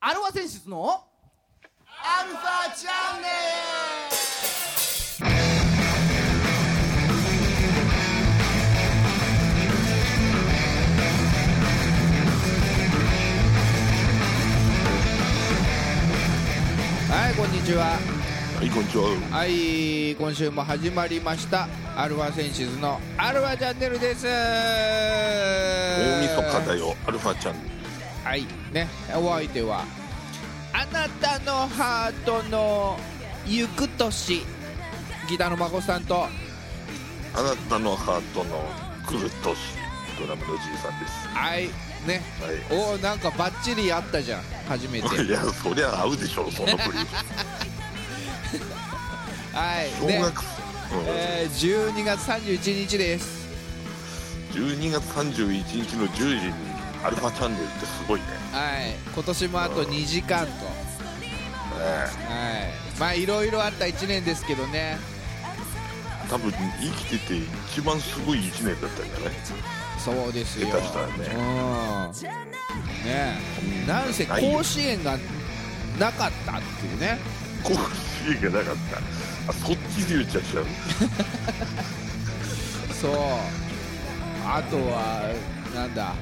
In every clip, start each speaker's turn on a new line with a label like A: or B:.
A: アルファ選出のアルファチャンネ
B: はいこんにちは
C: はい、こんにちは。
B: はい今週も始まりましたアルファセンシズのアルファチャンネルです大
C: 大晦日だよ、アルファちゃん。
B: はいねお相手はあなたのハートの行く年ギターの孫さんと
C: あなたのハートの来る年、ドラムのじいさんです。
B: はいね
C: は
B: おおなんかバッチリ合ったじゃん初めて
C: い。いや、そりゃ合うでしょう、その振り。
B: はい
C: 小
B: ね、
C: 学生。
B: えー12月31日です
C: うん、12月31日の10時にアルファチャンネルってすごいね。
B: はい今年もあと2時間と
C: ね
B: はい、まあいろいろあった1年ですけどね
C: 多分生きてて一番すごい1年だったんじゃない
B: そうですよ
C: 下手したらね
B: うんねえなんせ
C: ないよ
B: 甲子園がなかったっていうね
C: 甲子園がなかった。あ、そっちで言っちゃっちゃう。
B: そうあとはなんだ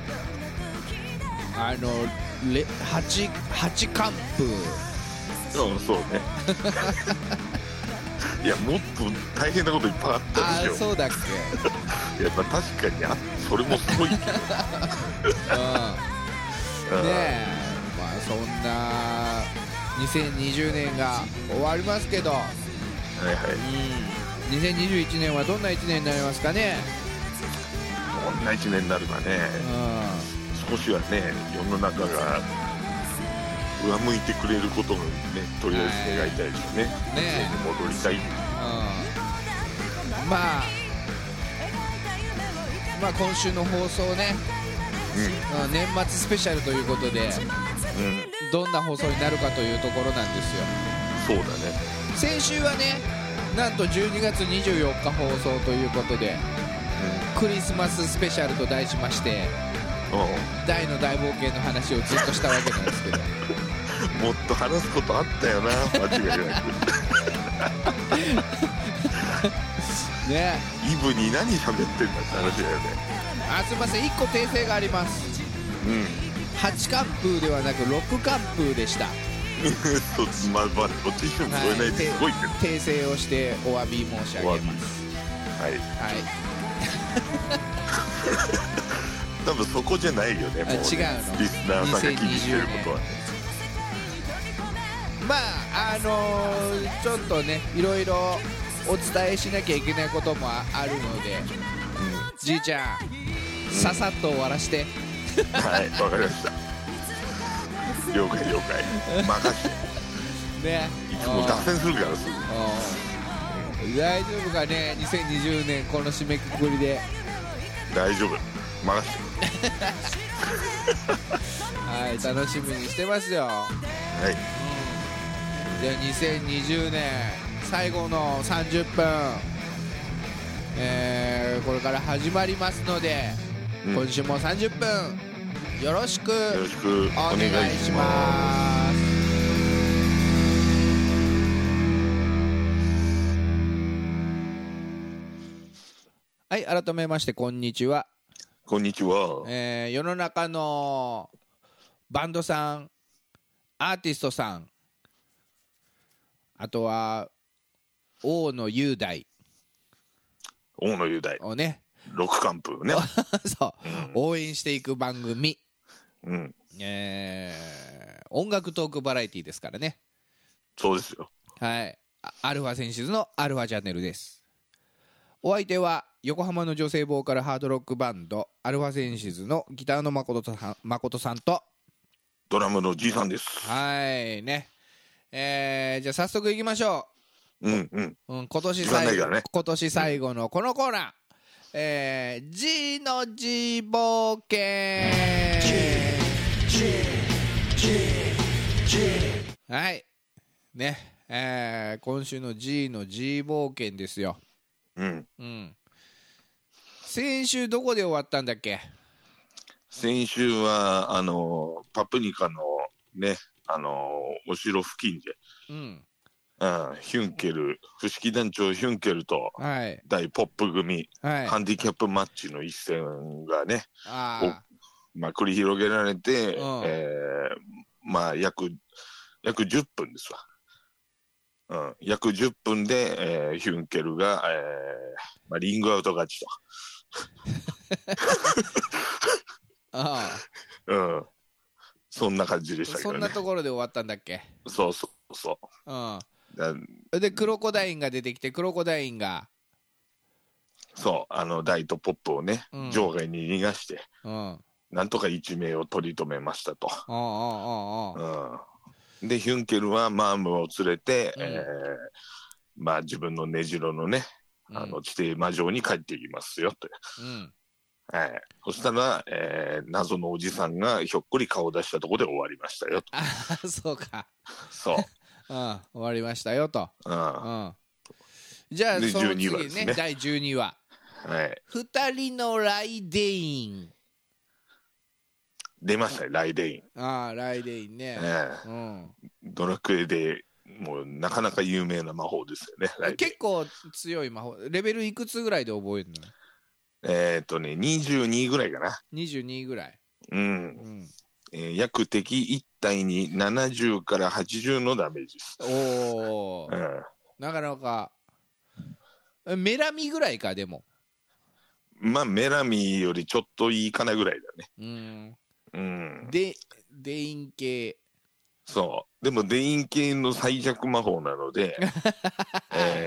B: あのレ八八完封
C: うん、そうね。いや、もっと大変なこといっぱいあった
B: あ
C: でしょ
B: あ。そうだっけ
C: いやまあ確かにあそれも すごいけど
B: うん
C: うん
B: ねえまあそんな2020年が終わりますけど
C: はいはい
B: うん2021年はどんな1年になりますかね、
C: こんな一年になるかね
B: う
C: 少しはね世の中が上向いてくれることをねとりあえず願いたいですよね
B: ん、ね
C: に戻りたい
B: え、うん、まあ、まあ、今週の放送ね、うん年末スペシャルということで、
C: うん、うん、
B: どんな放送になるかというところなんですよ。
C: そうだね
B: 先週はね、なんと12月24日放送ということで、クリスマススペシャルと題しまして、
C: うん、うん
B: 大の大冒険の話をずっとしたわけなんです けど。
C: もっと話すことあったよな間違いな く
B: ね
C: イブに何喋ってんだって話だよね
B: あすいません1個訂正があります
C: うん
B: 8完封ではなく6完封でした、は
C: そうまあまあどっちにしても超えないってすごいけど、
B: 訂正をしてお詫び申し上げ
C: お詫び
B: ます
C: はい、
B: はい
C: 多分そこじゃないよね
B: あ
C: もう
B: 違う
C: ね
B: の
C: リスナーさんが気にしてることはね
B: まああのーちょっとねいろいろお伝えしなきゃいけないこともああるので、じいちゃんささっと終わらして
C: はい、わかりました。了解了解。任せて。
B: ね
C: いつも脱線するからすぐ。
B: うんうん大丈夫かね2020年この締めくくりで
C: 大丈夫。任せて。
B: はい楽しみにしてますよ
C: はい。
B: じゃあ2020年最後の30分、えーこれから始まりますので、
C: うん
B: 今週も30分よろしく
C: よろしく
B: お
C: お
B: 願
C: 願
B: い
C: い
B: し
C: します。
B: ますはい改めましてこんにちは、
C: こんにちは。
B: えー世の中のバンドさんアーティストさんあとは王の雄大
C: 大野雄大。
B: をね
C: 六完封ね。
B: そう、応援していく番組、
C: うん。
B: えー音楽トークバラエティですからね
C: そうですよ。
B: はいあアルファ選手図のアルファチャンネルですお相手は横浜の女性ボーカルハードロックバンドアルファセンシズのギターの誠さん誠さんと
C: ドラムのじいさんです。
B: はいねえーじゃあ早速いきましょ
C: うんうん。
B: う、うん、今年
C: 時間な
B: 最
C: い
B: 後、
C: からね
B: 今年最後のこのコーナー、えー、G の G 冒険 G はいねえー今週の G の G 冒険ですよ
C: うん。
B: うん先週どこで終わったんだっけ
C: 先週は、あの、パプニカのね、あのーお城付近で、
B: うん
C: うん、ヒュンケル、不思議団長ヒュンケルと
B: はい
C: 大ポップ組、
B: はい
C: ハンディキャップマッチの一戦がね、
B: あ
C: まあ、繰り広げられて、
B: うん
C: えーまあ、約、約10分ですわ。うん、約10分で、えーヒュンケルが、えーまあ、リングアウト勝ちと。
B: ーあ
C: うん、そんな感じで
B: ー
C: したけ
B: そ
C: ど
B: ん
C: ね
B: な。ところで終わったんだっけ
C: そうそうそうう。だ
B: んでクロコダインが出てきてクロコダインが
C: そう、あの、ダイとポップをね、
B: うん
C: 場外に逃がして、
B: うんうん
C: なんとか一命を取り留めましたと。
B: うんうんうん
C: うん、でヒュンケルはマームを連れて、
B: うん
C: えーまあ、自分の根城のねあの地底魔城に帰っていきますよと、
B: うん
C: はい、そしたら、えー謎のおじさんがひょっこり顔を出したところで終わりましたよと
B: あー そうか
C: そう、
B: うん終わりましたよと
C: うん
B: う
C: は
B: んじゃあ
C: で
B: その
C: 12話で
B: 次
C: す
B: ね
C: ね
B: 第12話
C: い、
B: 二人のライデイン
C: 出ましたねライデイン、
B: ああライデイン
C: え
B: ね
C: ー
B: うん
C: ドラクエでもうなかなか有名な魔法ですよねライデイン
B: 結構強い魔法レベルいくつぐらいで覚えるの
C: えーっとね22ぐらいかな
B: 22ぐらい、
C: うん
B: うん、
C: えー約敵1体に70から80のダメージです、
B: おお
C: うん
B: なかなかえメラミぐらいかでも
C: まあ、メラミよりちょっといいかなぐらいだね。
B: うん
C: うん。
B: でデイン系
C: そう。でも、デイン系の最弱魔法な ので、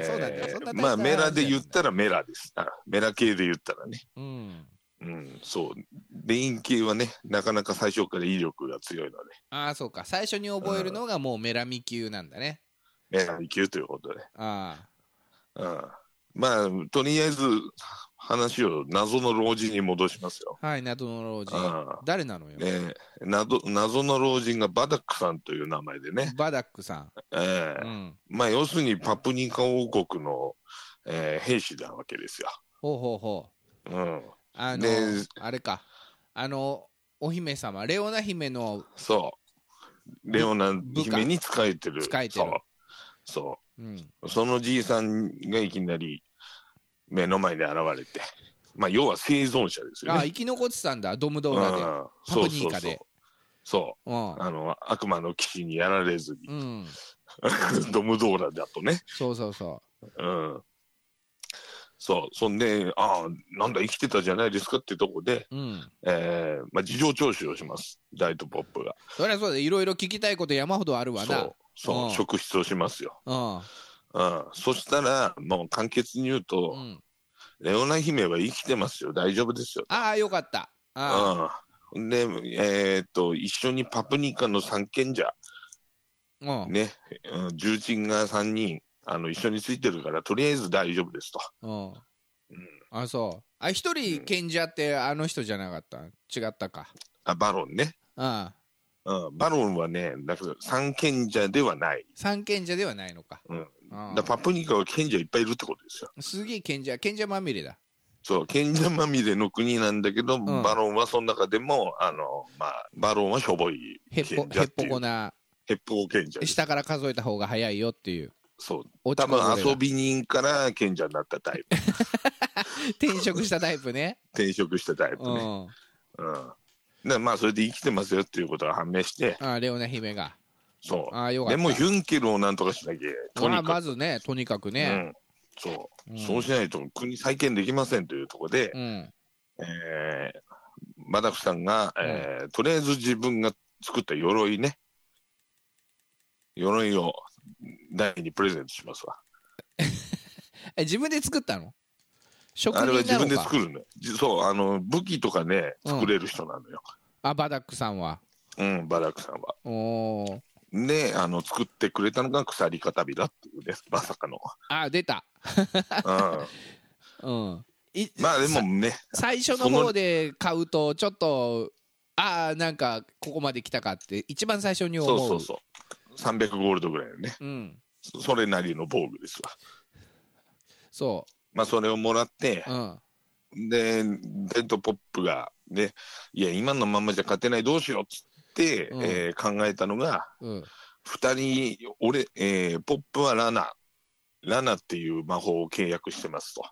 B: そうなんだそんな大事な話じゃないんだ
C: まあ、メラで言ったらメラです。あメラ系で言ったらね。
B: うん
C: うん、そう。デイン系はね、なかなか最初から威力が強いので、
B: ああそうか最初に覚えるのがもうメラミ級なんだね
C: メラミ級ということで。
B: あ
C: うん。まあ、とりあえず、話を謎の老人に戻しますよ。
B: あはい謎の老
C: あ
B: 人誰なのよ、
C: ね、謎謎の老人がバダックさんという名前でね、
B: バダックさ
C: え
B: ん、
C: え
B: うん、
C: まあ、要するにパプニカ王国の、えー兵士なわけですよ。
B: ほうほうほう
C: うん、
B: あの
C: で
B: あれかあのお姫様レオナ姫の
C: そう。レオナ姫に仕えてる。
B: 仕えてる
C: そう。
B: うん
C: そう。そのじいさんがいきなり目の前で現れて、まあ、要は生存者ですよ
B: あ
C: ね。
B: 生き残ってたんだドムドー
C: う
B: ラで
C: ん、
B: パ
C: そう
B: プ
C: そ
B: ニ
C: う
B: カ
C: そう
B: で。
C: そう
B: うん
C: あの悪魔の騎士にやられずに、
B: うん、
C: ドムドーラだとね、
B: そうそうそ
C: うん、そうそんでああなんだ生きてたじゃないですかってとこで、
B: う、うん、
C: えーまあ、事情聴取をしますダイトポップが
B: そりゃそうだいろいろ聞きたいこと山ほどあるわ
C: そ
B: な
C: うそ
B: う
C: う、
B: ん
C: 職質をしますよ、
B: うん
C: うん、そしたらもう簡潔に言うと、
B: うん、
C: レオナ姫は生きてますよ大丈夫ですよ、
B: ああよかったあ
C: うん、でえーっと一緒にパプニカの三賢者
B: あ、うん
C: ね、うん、重鎮が3人あの一緒についてるからとりあえず大丈夫ですと
B: うん
C: ん
B: あそうあ一人賢者ってあの人じゃなかった違ったか
C: あバロンね、
B: ああ
C: うん、バロンはねだから三賢者ではない、
B: 三賢者ではないのか,、
C: うん、
B: あ
C: だからパプニカは賢者いっぱいいるってことですよ
B: あすげえ賢者賢者まみれだ
C: そう、賢者まみれの国なんだけど、
B: ん
C: バロンはその中でも、あの、まあ、バロンはしょぼい
B: へっ
C: 賢
B: ぽへっ
C: 者って
B: ぽ
C: いう
B: こ。な
C: へっぽこ賢者です。
B: 下から数えた方が早いよっていう
C: そう。
B: 落
C: 多
B: ちこぼれだ
C: 分遊び人から賢者になったタイプ。
B: 転職したタイプね。
C: 転職したタイプ
B: う
C: ね。
B: ん。
C: うん。だからまあ、それで生きてますよっていうことが判明して、
B: あレオナ姫が。
C: そ
B: あよ
C: う。
B: かった。
C: でも、ヒュンケルをなんとかしなきゃ、と
B: まあ
C: にか
B: ま
C: く。
B: ずね、とにかく
C: う
B: ね。
C: ん。そう。
B: うん
C: そうしないと国再建できませんというところで
B: う、ん。
C: えーマダフさんが、えーとりあえず自分が作った鎧ね、鎧を大にプレゼントしますわ。
B: え自分で作ったの職
C: あ
B: 人
C: れ
B: なのか
C: は自分で作るのよ。じそう、あの、武器とかね、作れる人なのよ。
B: あ、バダックさんは。
C: うん、バダックさんは。
B: おー
C: で、あの、作ってくれたのが鎖片火だっ ていうね、まさかの。
B: あ、出た。
C: う
B: うん。い
C: ん、まあでも
B: さ
C: ね、
B: 最初の方で買うと、ちょっと、ああ、なんか、ここまで来たかって、一番最初に思。
C: そううそうそう。300ゴールドぐらいのね、
B: うん。
C: それなりの防具ですわ。
B: そ
C: まあそれをもらって、
B: う。うん。
C: で、デッドポップが、ね、いや、今のままじゃ勝てない、どうしようっつって、
B: うん
C: えー考えたのが、
B: うん
C: 二人、俺、えーポップはラナ、ラナっていう魔法を契約してますと。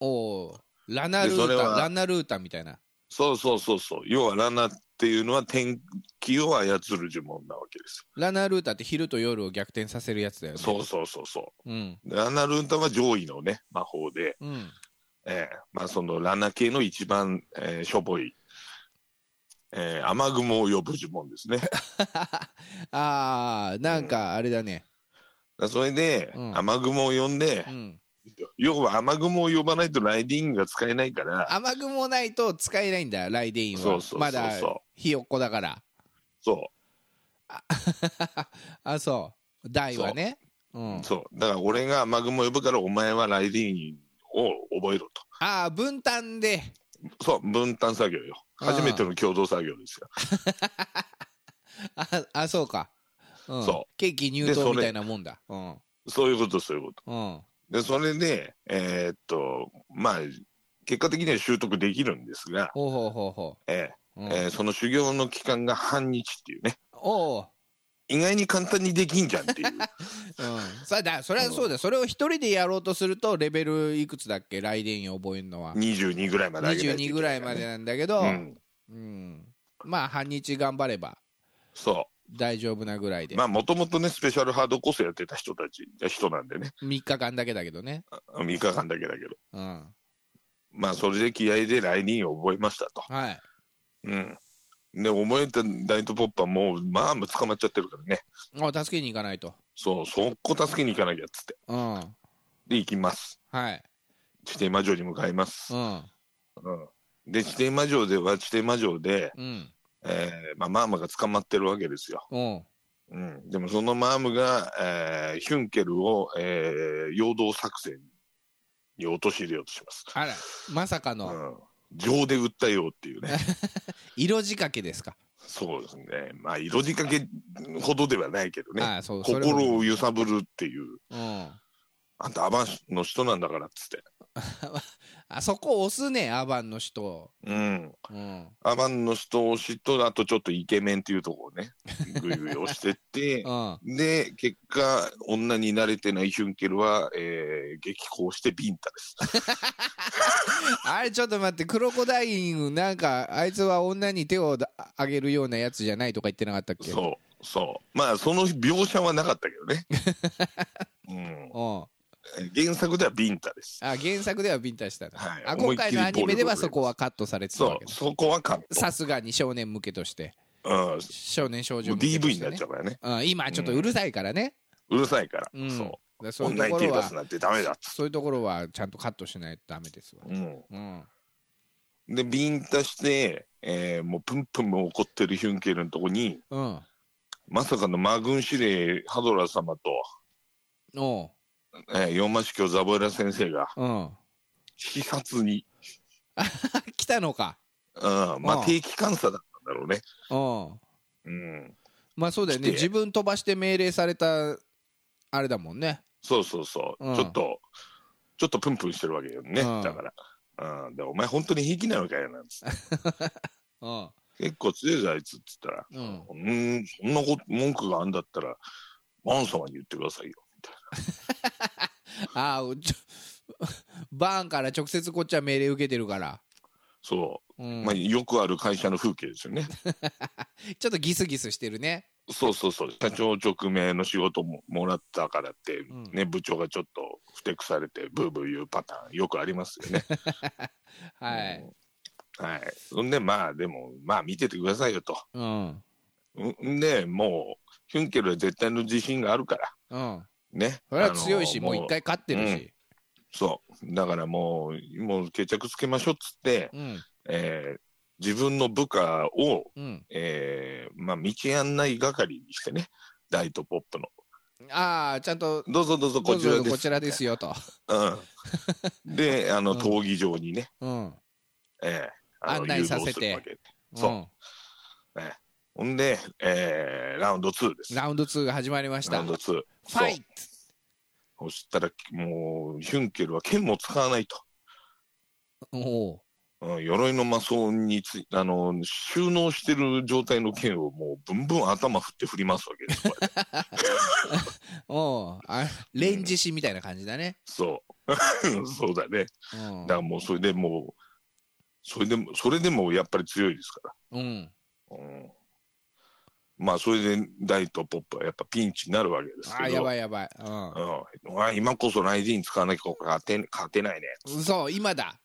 B: おうラナル
C: でそれ
B: ー
C: は
B: タラナルータみたいな
C: そうそうそうそう。要はラナっていうのは天気を操る呪文なわけです
B: ラナルータって昼と夜を逆転させるやつだよ
C: よ。
B: ね
C: そうそうそうそ
B: うん
C: う。ラナルンタは上位のね、魔法で、
B: うん
C: えーまあそのラナ系の一番、えーしょぼい、えー雨雲を呼ぶ呪文ですね。
B: あーなんかあれだね
C: だそれで、
B: うん
C: 雨雲を呼んで
B: う、ん
C: 要は雨雲を呼ばないとライディーンが使えないから、
B: 雨雲ないと使えないんだライデインは
C: そうそうそうそう
B: まだひよっこだから
C: そ
B: あそう大はねうん
C: う、そう。だから俺が雨雲を呼ぶから、お前はライディーンを覚えろと。
B: ああ分担で
C: そう、分担作業よ。初めての共同作業ですよ。
B: ああそうか、うん、
C: そう
B: ケーキ入
C: でそ
B: 刀
C: れ
B: みたいなもんだうん
C: そういうこと、そういうこ
B: うん
C: と。で、それで、えーっと、まあ、結果的には習得できるんですが、
B: ほうほうほうほ
C: え
B: う、う
C: ー
B: ん
C: えーその修行の期間が半日っていうね、
B: おう
C: 意外に簡単にできんじゃんっ ていう。
B: うん、さあだそれはそうだよそれを一人でやろうとするとレベルいくつだっけライデンを覚えるのは
C: 22ぐらいまで上げないと
B: 22
C: いけ
B: ぐら
C: ないか
B: ま
C: ら
B: で
C: ね。
B: なんだけど、
C: うん。
B: うんまあ半日頑張れば
C: そ。
B: 大丈夫なぐらいうで、
C: まあ、もともとね、スペシャルハードコースやってた人たち、人なんでね、
B: 3日間だけだけどね、
C: 3日間だけだけど。
B: うん、
C: まあ、それで気合でライディーンを覚えましたと。
B: はい
C: うん。で、覚えたダイトポッパーもう、まあ、捕まっちゃってるからね。
B: あ助けに行かないと、
C: そう、そこ助けに行かなきゃっつって。
B: うん、
C: で、行きます。
B: はい、
C: 地底魔女に向かいま
B: う
C: す。
B: ん
C: うん。で、地底魔女では、地底魔女で、
B: うん
C: えーまあ、マームが捕まってるわけですよ。
B: うん
C: うん。でも、そのマームが、えーヒュンケルを、えー、陽動作戦に陥れようとします。
B: あらまさか
C: う
B: の
C: ん。情で訴えようっていう ね。
B: 色仕掛けですか、
C: そうですね。まあ、色仕掛けほどではないけどね。
B: ああそうそれ
C: 心を
B: を
C: 揺さぶるっていう。
B: うん、
C: あんたアバンの人なんだからっつって。
B: あそこ押すねアバンの人、
C: うん。
B: うん
C: アバンの人を知っと、あとちょっとイケメンっていうところをね、ぐいぐい押してって
B: う、ん、
C: で、結果、女に慣れてないヒュンケルは、えー激高してビンタです。
B: あれちょっと待ってクロコダインなんかあいつは女に手をだあげるようなやつじゃないとか言ってなかったっけ う、
C: そう、そう。まあ、その描写はなかったけどね。 うん
B: ん、
C: 原作ではビンタです。
B: あ原作ではビンタしたな、
C: はい
B: あ今回のアニメではそこはカットされてた
C: そ
B: わけ
C: う、
B: だ
C: そこはカット。
B: さすがに少年向けとして
C: うん。もう
B: 少年少女向けと
C: DV
B: し
C: に
B: て、ね、
C: なっちゃうからね。
B: うん、今ちょっとうるさいからね、
C: うるさいから。
B: うん
C: そ
B: だ
C: う。
B: そういう
C: 女
B: とこ
C: に手
B: ろ
C: 出す
B: は
C: なんてダメだっつ
B: そういうところはちゃんとカットしないとダメですわ
C: って。うん。
B: うん
C: で、ビンタして、えーもうプンプンも怒ってるヒュンケルのとこに、
B: うん
C: まさかの魔軍司令ハドラー様と、
B: おう
C: えー、四魔司教ザボエラ先生が、
B: うん
C: 視察に、
B: 来たのか
C: うん、ま
B: あ
C: あ
B: あ
C: 定期監査だったんだろうね。
B: うん
C: うん。
B: まあそうだよね
C: 来て
B: 自分飛ばして命令されたあれだもんね
C: そうそうそう。
B: うん
C: ちょっと、ちょっとプンプンしてるわけよね。
B: うん
C: だから。うん。で、お前本当に平気なのかよ、なんつ って。
B: うん
C: 結構強いぞ、あいつっつったら。
B: うん
C: うん、そんなこと、文句があんだったら、バン様に言ってくださいよ。
B: ああちょバーンから直接こっちは命令受けてるから、
C: そうう。
B: ん
C: まあ、よくある会社の風景ですよね。
B: ちょっとギスギスしてるね
C: そうそうそう、社長直命の仕事ももらったからって、
B: うん
C: ね、部長がちょっとふてくされて、ブーブー言うパターン、よくありますよね。
B: はい、
C: うん。はい。そんで、まあ、でも、まあ、見ててくださいよと。
B: うん
C: うんんで、もう、ヒュンケルは絶対の自信があるから、
B: うん
C: ね。
B: それは強いし、
C: あの
B: もう一。回勝ってるし、
C: そう。だからもう、もう決着つけましょうっつって、
B: うん、
C: えー自分の部下を、
B: うん、
C: えーまあ、道案内係にしてね、ダイトポップの。
B: ああ、ちゃんと、
C: どうぞどうぞ、こちら
B: どう
C: で
B: ぞこ。
C: す
B: ちらですよと、
C: うん、で、あの、
B: うん
C: 闘技場にね、
B: うん、
C: ええあの
B: 案内させて
C: 誘導するわけそう
B: うん
C: ほんで、ええラウンド2です。
B: ラウンド2が始まりました、
C: ラウン
B: フ
C: ド2。
B: ァイト、
C: そう。そしたら、もう、ヒュンケルは剣も使わないと。
B: おお
C: うん、鎧の魔装についあの収納してる状態の剣をもうぶんぶん頭振って振りますわけですこれ
B: おうあレンジ師みたいな感じだね。
C: そうそう だね
B: うん
C: だからもうそれでもうそれでもそれでもやっぱり強いですか
B: うん。
C: ら、うん、まあそれで大とポップはやっぱピンチになるわけですけど
B: あやばいやばい。うん
C: うん、あ今こそライジン使わなきゃ勝て勝てないね。
B: そう、今だ。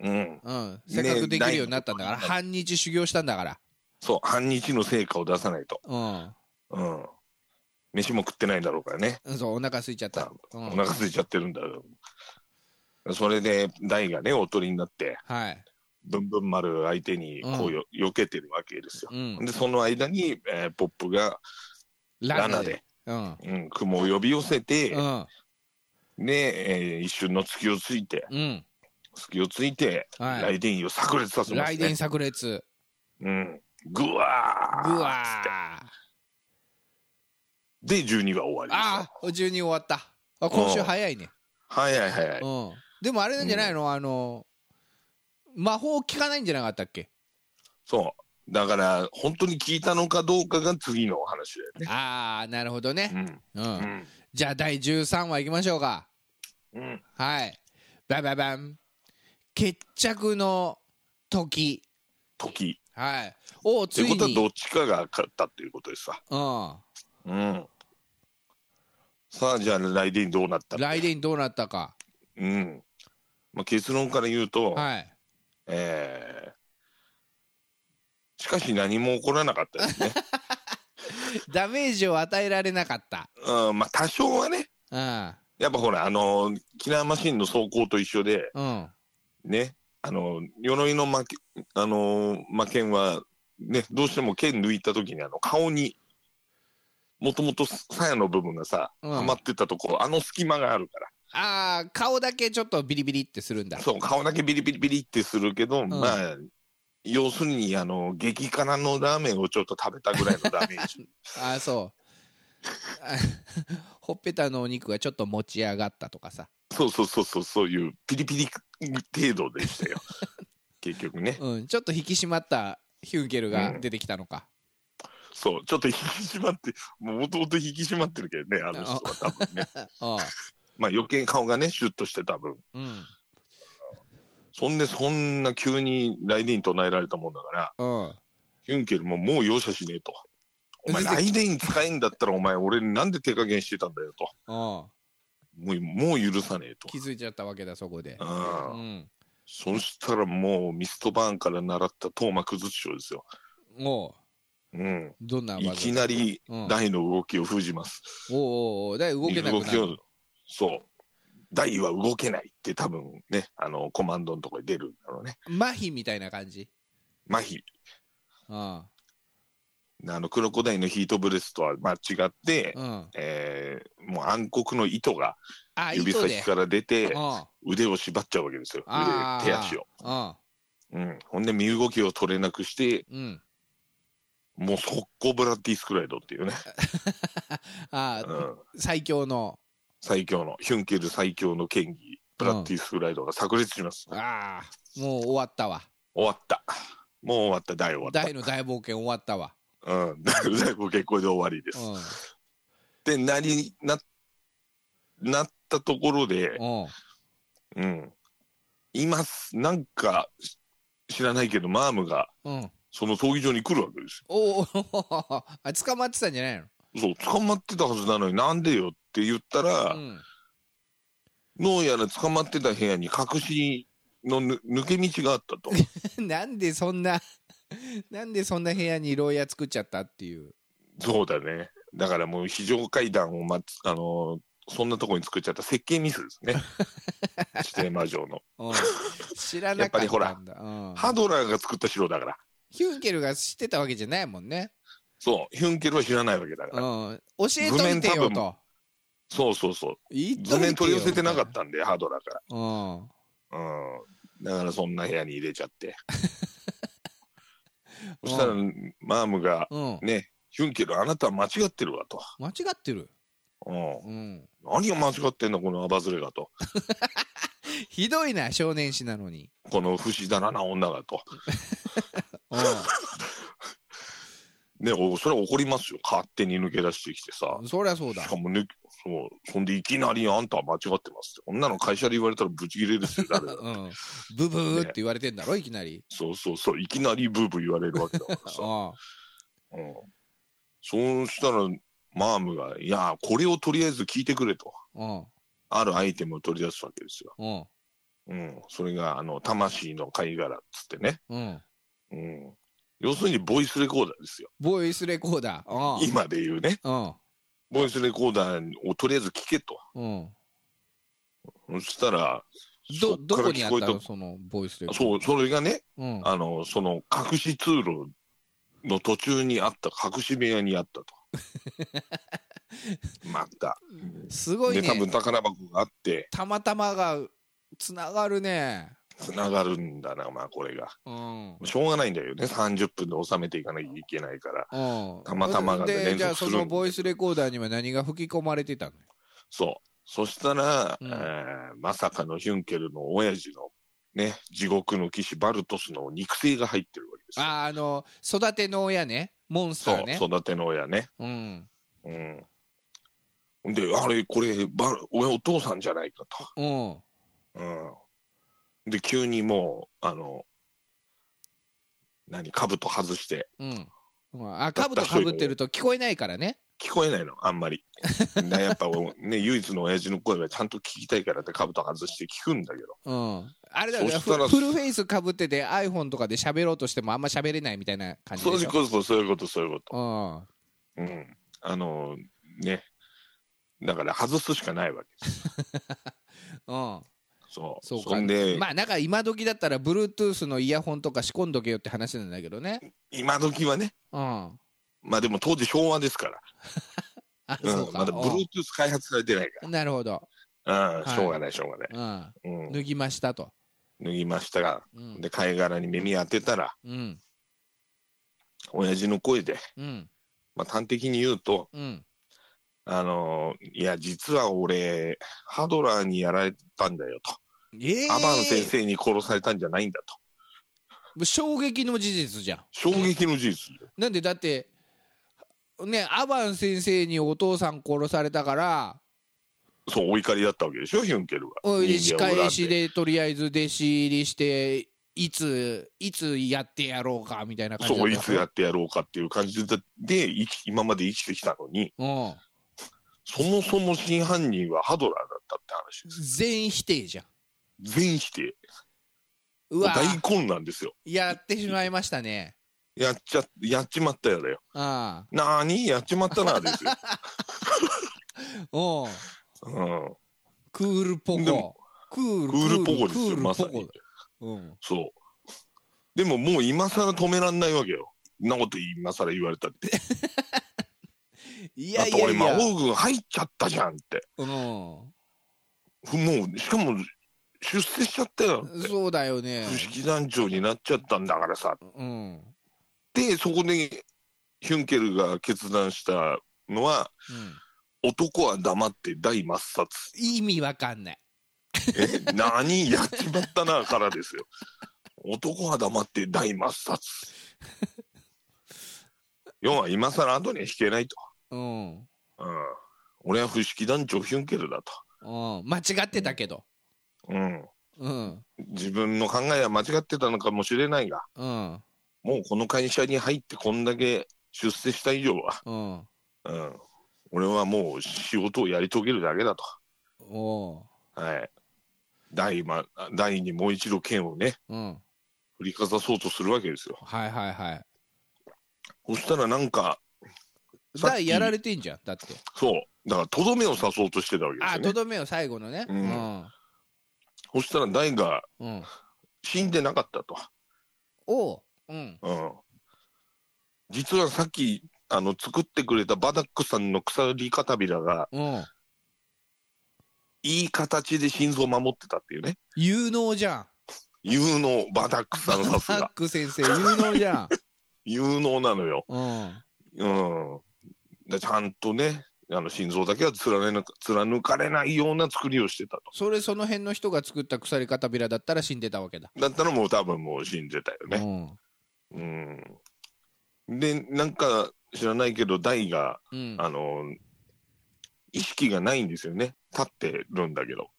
C: うん。
B: うん。せっかくできるようになったんだから、
C: ねない
B: 半日修行したんだから。
C: そう、半日の成果を出さないと。
B: うん
C: うん。飯も食ってないだろうからね。
B: うん。そう、お腹空いちゃった。う
C: お
B: ん。
C: 腹空いちゃってるんだろう。それで、大がね、おとりになって、
B: はい。
C: ぶんぶん丸相手にこうよ、避けてるわけですよ。
B: うん。
C: で、その間に、えーポップがラナで、。
B: うん。
C: うん、雲を呼び寄せて、
B: うん。
C: で、えー一瞬の隙をついて、
B: うん。
C: 隙をついて、
B: はい
C: ライデインを炸裂させます、
B: 雷電
C: ね。
B: 炸裂。
C: うん。ぐわー
B: ぐわ
C: つって
B: ー。
C: で、12は終わりですよ
B: あ。あ、12終わった。あ今週早いね。
C: はいはいはいはい。
B: うん。でもあれなんじゃないのあの、魔法効かないんじゃなかったっけ
C: そう。だから、本当に聞いたのかどうかが次のお話だ
B: ああ、なるほどね。
C: よね。
B: う
C: うん
B: ん。じゃあ第13話いきましょうか。
C: うん。うん。
B: はい。バババン。決着の時。
C: 時。
B: はい。を
C: と
B: つ
C: いう
B: い
C: ことは、ど
B: に。
C: っちかが勝ったっていうことですわ。
B: うん。
C: うん。さあ、じゃあ、来年どうなった
B: 雷電どうなったか。
C: うん。まあ、結論から言うと、
B: はい。
C: えー、しかし何も起こらなかっ たですね。
B: ダメージを与えられなかった。
C: うん、まあ、多少はね、
B: う
C: やっぱほら、あのキラーマシンの走行と一緒で、
B: ん。うん。
C: ね、あの、鎧の魔け、あの魔剣は、ね、どうしても剣抜いた時にあの顔に、もともと鞘の部分がさ、
B: うん
C: はまってたとこ、あの隙間があるか
B: ああ、顔だけちょっとビリビリってするんだ
C: ら、。そう、顔だけビリビリビリってするけど、まあ、要するに、あの、激辛のラーメンをちょっと食べたぐらいのダメージ。
B: ああ、そう。 あほっぺたのお肉がちょっと持ち上がったとかさ。
C: そうそうそうそう、そういうピリピリ程度でした よ。結局ね。
B: うん。ちょっと引き締まったヒュンケルが出てきたのか。
C: そう、ちょっと引き締まって、もともと引き締まってるけどね、あの人は多分ね。まあ余計顔がね、シュッとしてた分。
B: うん。うん。
C: そんで、そんな急に来年唱えられたもんだから、
B: うん。
C: ヒュンケルももう容赦しねえと。お前、
B: 出て
C: 来年使えんだったら、お前、俺になんで手加減してたんだよと。
B: うん。
C: もう、もう許さねえと
B: 気。づいちゃったわけだ、そこで。う
C: ああ
B: ん。
C: そしたらもう、ミストバーンから習ったトーマ崩し匠ですよ。
B: おう
C: うん。
B: どんな技
C: いきなり、
B: うん、
C: 大の動きを封じます。
B: おうおうおうだい動けなくなる。
C: を、そう。大は動けないって多分ね、あの、コマンドのとこに出るんだろうね。
B: 麻痺みたいな感じ。
C: 麻痺。
B: うん。
C: あの、クロコダイルのヒートブレスとは、まあ、違って、
B: うん。
C: えーもう暗黒の糸が
B: あ、
C: 指
B: 糸
C: 先
B: で。
C: から出て
B: うん。
C: 腕を縛っちゃうわけですよ
B: あー
C: 腕手足を、
B: うん。
C: うん、ほんで身動きを取れなくして
B: うん。
C: もう速攻ブラッディスクライドっていうね、
B: あ
C: う
B: ー、
C: ん、
B: 最強の。
C: 最強のヒュンケル最強の剣技ブラッディスクライドが炸裂します、
B: ああ、もう終わったわ。
C: 終わったもう終わった大終わった
B: 大の大冒険終わったわ。
C: うん、 大冒険これで終わりです、
B: う
C: でなりななったところで、
B: ん。うん。
C: うん、今なんかし知らないけどマームが
B: うん。
C: その闘技場に来るわけです
B: おお、 あ捕まってたんじゃないの
C: よ。そう、捕まってたはずなのになんでよって言ったら、
B: うん。
C: どうやら捕まってた部屋に隠しのぬ抜け道があ ったと。
B: なんでそんな、 なんでそんな部屋に牢屋作っちゃったっていう。
C: そうだね。だからもう非常階段を待つ、あのーそんなとこに作っちゃった設計ミスです ね。指定魔女の。
B: うん知らなかったんだ。
C: やっ
B: うん、
C: ハドラーが作った城だから。
B: ヒュンケルが知ってたわけじゃないもんね。
C: そう、ヒュンケルは知らないわけだか
B: う
C: ら。
B: ん。教えといて
C: 図面多
B: よ
C: 分
B: と。
C: そうそうそう。
B: 言っといて
C: 図
B: よ
C: 面取り寄せてなかったんで、ハドラーか
B: うん。
C: ら。うん。だからそんな部屋に入れちゃ って。そしたら、マームが、
B: うん。
C: ね、ヒュンケル、あなたは間違ってるわと。
B: 間違ってる。
C: うん、
B: うん。
C: 何が間違ってんだ、このアバズレがと。
B: ひどいな少年誌なのに
C: この不死だなな女がと。
B: うん
C: ね、おそれは怒りますよ。勝手に抜け出してきてさ。
B: そりゃそうだ
C: しかもね、そう、そんでいきなりあんたは間違ってますって。こんなの会社で言われたらブチ切れですよ、誰だって
B: うんブブーって言われてんだろいきなり
C: そうそうそう、いきなりブーブー言われるわけだからさ。
B: あ
C: うん、そうしたら、マームが、いや、これをとりあえず聞いてくれと。
B: うん
C: あるアイテムを取り出すわけですよ。
B: うん
C: うん。それが、あの、魂の貝殻っつってね。
B: うん
C: うん。要するに、ボイスレコーダーですよ。
B: ボイスレコーダー
C: 今で言うね。
B: うん
C: ボイスレコーダーをとりあえず聞けと。
B: うんうん
C: そしたら、
B: ど
C: そっ
B: ど
C: から
B: こにあ
C: 聞
B: っ
C: こえ
B: たのそのボイスレコーダー
C: そう、それがね、
B: うん
C: あの、その隠し通路の途中にあった、隠し部屋にあった と。また。
B: すごい
C: で、多分
B: ね
C: 宝箱があって、
B: たまたまがつながるね
C: つながるんだな、まあこれが。
B: うん
C: しょうがないんだよね、30分で収めていかなきゃいけないから。
B: うん
C: たまたまがね
B: で
C: 連続するんだ
B: じゃあそのボイスレコーダーには何が吹き込まれてたの
C: そう。そしたら、
B: うん
C: えーまさかのヒュンケルの親父の、ね、地獄の騎士バルトスの肉声が入ってるわけですよ。
B: あーあの育ての親ねモンスターね
C: そう、育ての親ね。
B: うん
C: うん。で、あれ、これ、バルおお父さんじゃないかと。
B: うん
C: うん。で、急にもう、あの、何、兜外して、
B: うんうんあかぶとかぶってると聞こえないからね
C: 聞こえないの、あんまり。でやっぱ、ね、唯一の親父の声がちゃんと聞きたいからって兜外して聞くんだけど、
B: うんあれだよね
C: そし
B: フ
C: たら
B: ルフルフェイスかぶってて iPhone とかで喋ろうとしてもあんま喋れないみたいな感じ
C: そ
B: で
C: れ
B: しょ
C: こそそういうこと、そういうこと。
B: うん
C: うん。あの、ね。だから外すしかないわけです。
B: うん
C: そう。
B: そうか
C: そんで、
B: まあなんか今時だったら Bluetooth のイヤホンとか仕込んどけよって話なんだけどね
C: 今時はね、
B: うんあ
C: まあでも当時昭和ですから、、
B: そううんか、
C: まだ Bluetooth 開発されてないか
B: うんなるほど、
C: ら、うん、
B: はい
C: しょうがない、しょうがない。
B: うん、
C: うん、
B: 脱ぎましたと
C: 脱ぎましたが、
B: うん
C: で貝殻に耳当てたら
B: うん
C: 親父の声で、
B: うん
C: まあ、端的に言うと
B: うん
C: 「あのーいや実は俺ハドラーにやられたんだよ」と
B: ええ
C: 「アバン先生に殺されたんじゃないんだ」と
B: 衝撃の事実じゃん
C: 衝撃の事実
B: なんでだってねアバン先生にお父さん殺されたから
C: そうお怒りだったわけでしょヒュンケルは
B: おい仕
C: 人間を恨ん
B: 返しでとりあえず弟子入りしていついつやってやろうかみたいな感じだ
C: そ
B: っ
C: うい
B: た
C: つやってやろうかっていう感じでで生き今まで生きてきたのに
B: うん
C: そもそも真犯人はハドラーだったって話です
B: 全否定じゃん
C: 全否定
B: うわ
C: 大混乱ですよ
B: やってしまいましたね
C: やっちゃやっちまったやだよ
B: あ
C: なーにやっちまった なですよ、
B: あおう
C: うん、
B: クールポ
C: で
B: コ
C: も
B: クール
C: クールポコですよ
B: クール
C: まさ
B: ポコ
C: に
B: うん
C: そう。でももう今更止めらんないわけよ。んなこと今更言われたって。
B: い
C: だ
B: や
C: っ
B: い
C: て
B: や
C: 俺
B: いや
C: 魔王軍入っちゃったじゃんって。
B: う
C: ふもう、しかも出世しちゃったよっ
B: ん
C: て。
B: そうだよね
C: 不識団長になっちゃったんだからさ。
B: うん
C: で、そこでヒュンケルが決断したのは、
B: うん
C: 男は黙って大抹殺。
B: 意味わかんない
C: え、何やっちまったな、からですよ。男は黙って大抹殺。要は今更後には引けないと。
B: うん
C: うん、俺は不思議団長ヒュンケルだと、
B: うん間違ってたけど
C: うん、
B: うん
C: 自分の考えは間違ってたのかもしれないが
B: うん
C: もうこの会社に入ってこんだけ出世した以上は、
B: うん
C: うん、俺はもう仕事をやり遂げるだけだと、
B: おう
C: はい、第ま第にもう一度剣をね
B: うん
C: 振りかざそうとするわけですよ
B: はいはいはい
C: そしたらなんか
B: だ
C: さ
B: か
C: っき
B: らやられてんじゃんだって
C: そうだからとどめを刺そうとしてたわけで
B: あ
C: す
B: と
C: よ、ね、
B: どめを最後のね
C: うんそしたら大が
B: うんうん
C: 死んでなかったと、
B: おううん
C: うん実はさっきあの作ってくれたバダックさんの鎖片びらが
B: うん
C: いい形で心臓を守ってたっていうね
B: 有能じゃん
C: 有能バダックさんさす
B: ハッ
C: が
B: ク先生有能じゃん
C: 有能なのよ、
B: うん
C: うん、だちゃんとねあの心臓だけは貫な貫かれないような作りをしてたと。
B: それその辺の人が作った鎖片びらだったら死んでたわけだ、
C: だったらもう多分もう死んでたよね。うん。で、なんか知らないけど、大が、
B: うん、うん、
C: あの、意識がないんですよね。立ってるんだけど。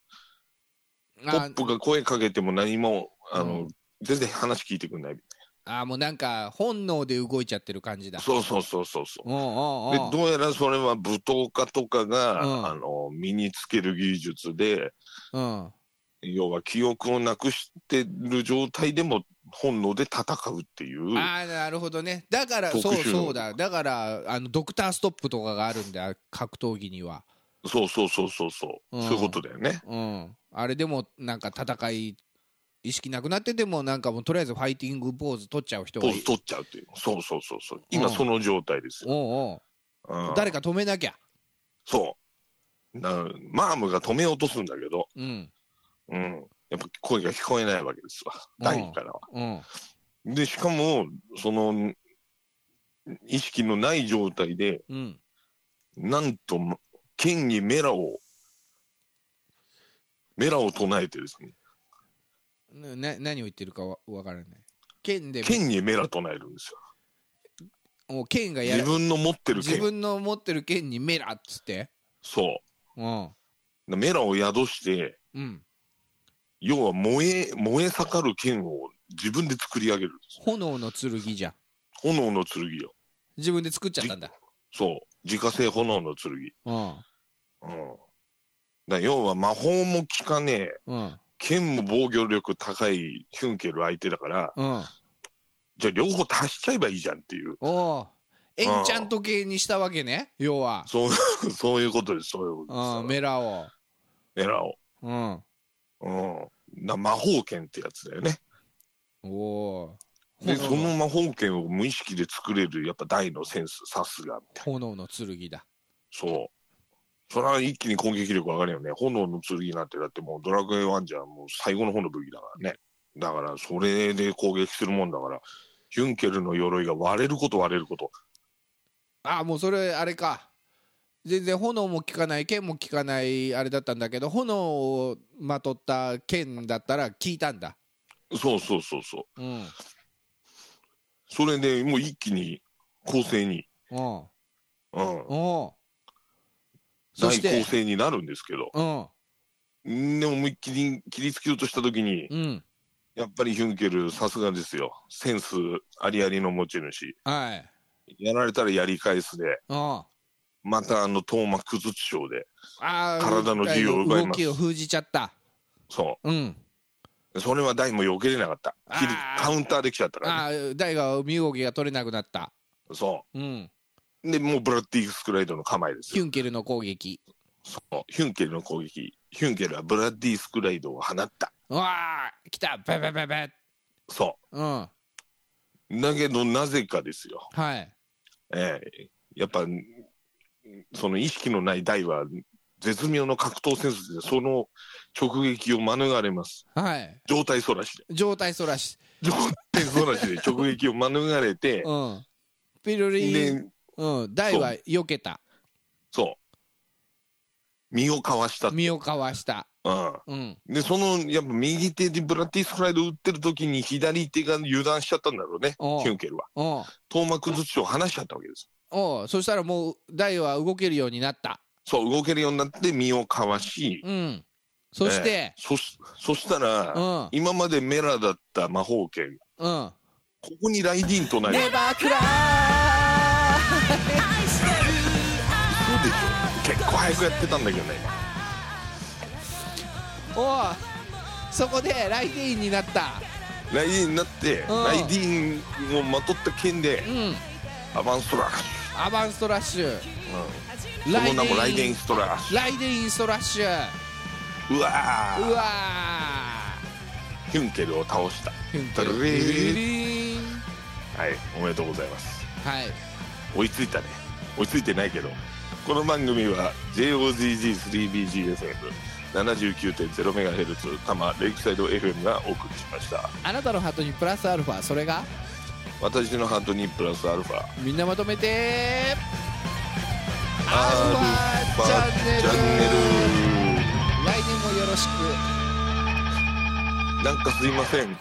C: ポ
B: あ
C: ップが声かけても何も、あの、
B: うん
C: 全然話聞いてくんない。
B: あーもうなんか本能で動いちゃってる感じだ
C: そうそうそうそうそう。
B: うんうん
C: で
B: うん
C: どうやらそれは舞踏家とかが、
B: うん
C: あの身につける技術で
B: うん
C: 要は記憶をなくしてる状態でも本能で戦うっていう
B: ああなるほどねだから
C: 特殊
B: そう
C: の
B: そうだだからあのドクターストップとかがあるんだ格闘技には
C: そうそうそうそうそう、
B: うん
C: そういうことだよね
B: うんあれでもなんか戦い意識なくなっててもなんかもうとりあえずファイティングポーズ取っちゃう人
C: ポ
B: が
C: ー
B: いる
C: ズ取っちゃうっていうそうそうそうそう
B: う
C: 今
B: ん
C: その状態ですよ、
B: おう
C: う
B: お
C: ん
B: う誰か止めなきゃ
C: そうなマームが止めようとするんだけど、
B: うん
C: うん、やっぱ声が聞こえないわけですわ
B: うん
C: 大からは
B: うん
C: でしかもその意識のない状態で
B: うん
C: なんと、剣にメラを、メラを唱えてですね、
B: な何を言ってるかわわからない剣で
C: 剣にメラ唱えるんですよ。
B: もう剣がや
C: 自
B: ら
C: 分の持ってる
B: 自
C: 剣。
B: 分の持ってる剣にメラっつって
C: そ
B: うん
C: う。メラを宿して、
B: うん
C: 要は燃え、燃え盛る剣を自分で作り上げるんです。
B: 炎の剣じゃん
C: 炎の剣よ。
B: 自分で作っちゃったんだ
C: そう。自家製炎の剣。うん。
B: うん
C: だから要は魔法も効かねえ、
B: うん
C: 剣も防御力高いヒュンケル相手だから、
B: うん
C: じゃあ両方足しちゃえばいいじゃんっていう。
B: おおエンチャント系にしたわけね要は
C: そう、 そういうことです、そういうことです。
B: うんメラを
C: メラを。
B: うん
C: うん、な魔法剣ってやつだよね。
B: おお
C: で、
B: ー
C: その魔法剣を無意識で作れる、やっぱ大のセンス、さすが。
B: 炎の剣だ
C: そう。それは一気に攻撃力上がるよね。炎の剣なんて、だってもうドラクエ1じゃもう最後の方の武器だからね。だから、それで攻撃するもんだから、ヒュンケルの鎧が割れること割れること。
B: あもうそれあれか全然炎も効かない剣も効かないあれだったんだけど炎をまとった剣だったら効いたんだ
C: そうそうそうそう。
B: うん
C: それでもう一気に、攻勢に、
B: うん
C: うん。
B: うんそ
C: 大
B: し
C: 攻
B: て
C: 勢になるんですけど。
B: うん
C: んで、思いっきり切りつけようとしたときに、
B: うん
C: やっぱりヒュンケル、さすがですよ。センスありありの持ち主。
B: はい
C: やられたらやり返すで、
B: うんあ
C: またあの、トーマクズチ症で、
B: あ
C: 体の自由を奪い
B: 動
C: ます
B: きを封じちゃった
C: そ
B: うん
C: う。それは大も避けれなかった。切り
B: あー
C: カウンターできちゃったから、ね。
B: ああ大が身動きが取れなくなった
C: そ
B: うん
C: う。で、もうブラッディスクライドの構えです
B: ヒ
C: よ。
B: ュンケルの攻撃
C: そうヒュンケルの攻撃。ヒュンケルはブラッディスクライドを放った。
B: うわあ来たベベベベ
C: そ
B: うん
C: う。だけど、なぜかですよ。
B: はい
C: ええやっぱ、その意識のない大は、絶妙の格闘センスで、その直撃を免れます。
B: はい
C: 状態そらしで。
B: 状態そらし
C: 状態そらしで直撃を免れて、
B: うんピロリン
C: で、
B: うん、大は避けた
C: そう。身をかわした。
B: 身をかわした
C: う
B: うん
C: ん。で、その、やっぱ右手でブラッディスクライド打ってる時に左手が油断しちゃったんだろうね、
B: おう
C: ヒュンケルは。
B: おう
C: 頭膜頭痛を離しちゃったわけです。
B: おうそしたらもう大は動けるようになった
C: そう、動けるようになって身をかわし、
B: うんそし
C: ええ
B: て、
C: そし、そしたら、
B: うん
C: 今までメラだった魔法剣、
B: うん
C: ここにライディーンとなり、
B: ネ
C: そうで
B: バークラ
C: しょ結構早くやってたんだけどね。
B: ーおうそこでライディーンになった
C: ライディーンになって、
B: うん
C: ライディーンをまとった剣で
B: う、ん
C: アバンストラッシ
B: アバンストラッシュ
C: ュ、うん、
B: ラ
C: その名もライ
B: イ
C: デ
B: デ
C: ン
B: ン
C: ストラッシ
B: ライデインストラッシュ
C: ュうわー
B: うわ
C: ヒュンケルを倒した
B: ー
C: ドゥルルルル
B: リン
C: はいおめでとうございます
B: はい
C: 追いついたね追いついてないけどこの番組は JOZZ3BGFM79.0MHz 多摩レイクサイド FM がお送りしました
B: あなたのハートにプラスアルファそれが
C: 私のハートにプラスアルファ
B: みんなまとめて
C: ア
B: アルフ
C: アルフ
B: ァチ
C: ァ
B: ャンネル
C: チャンネ
B: 来年もよろしく
C: ルなんかすいません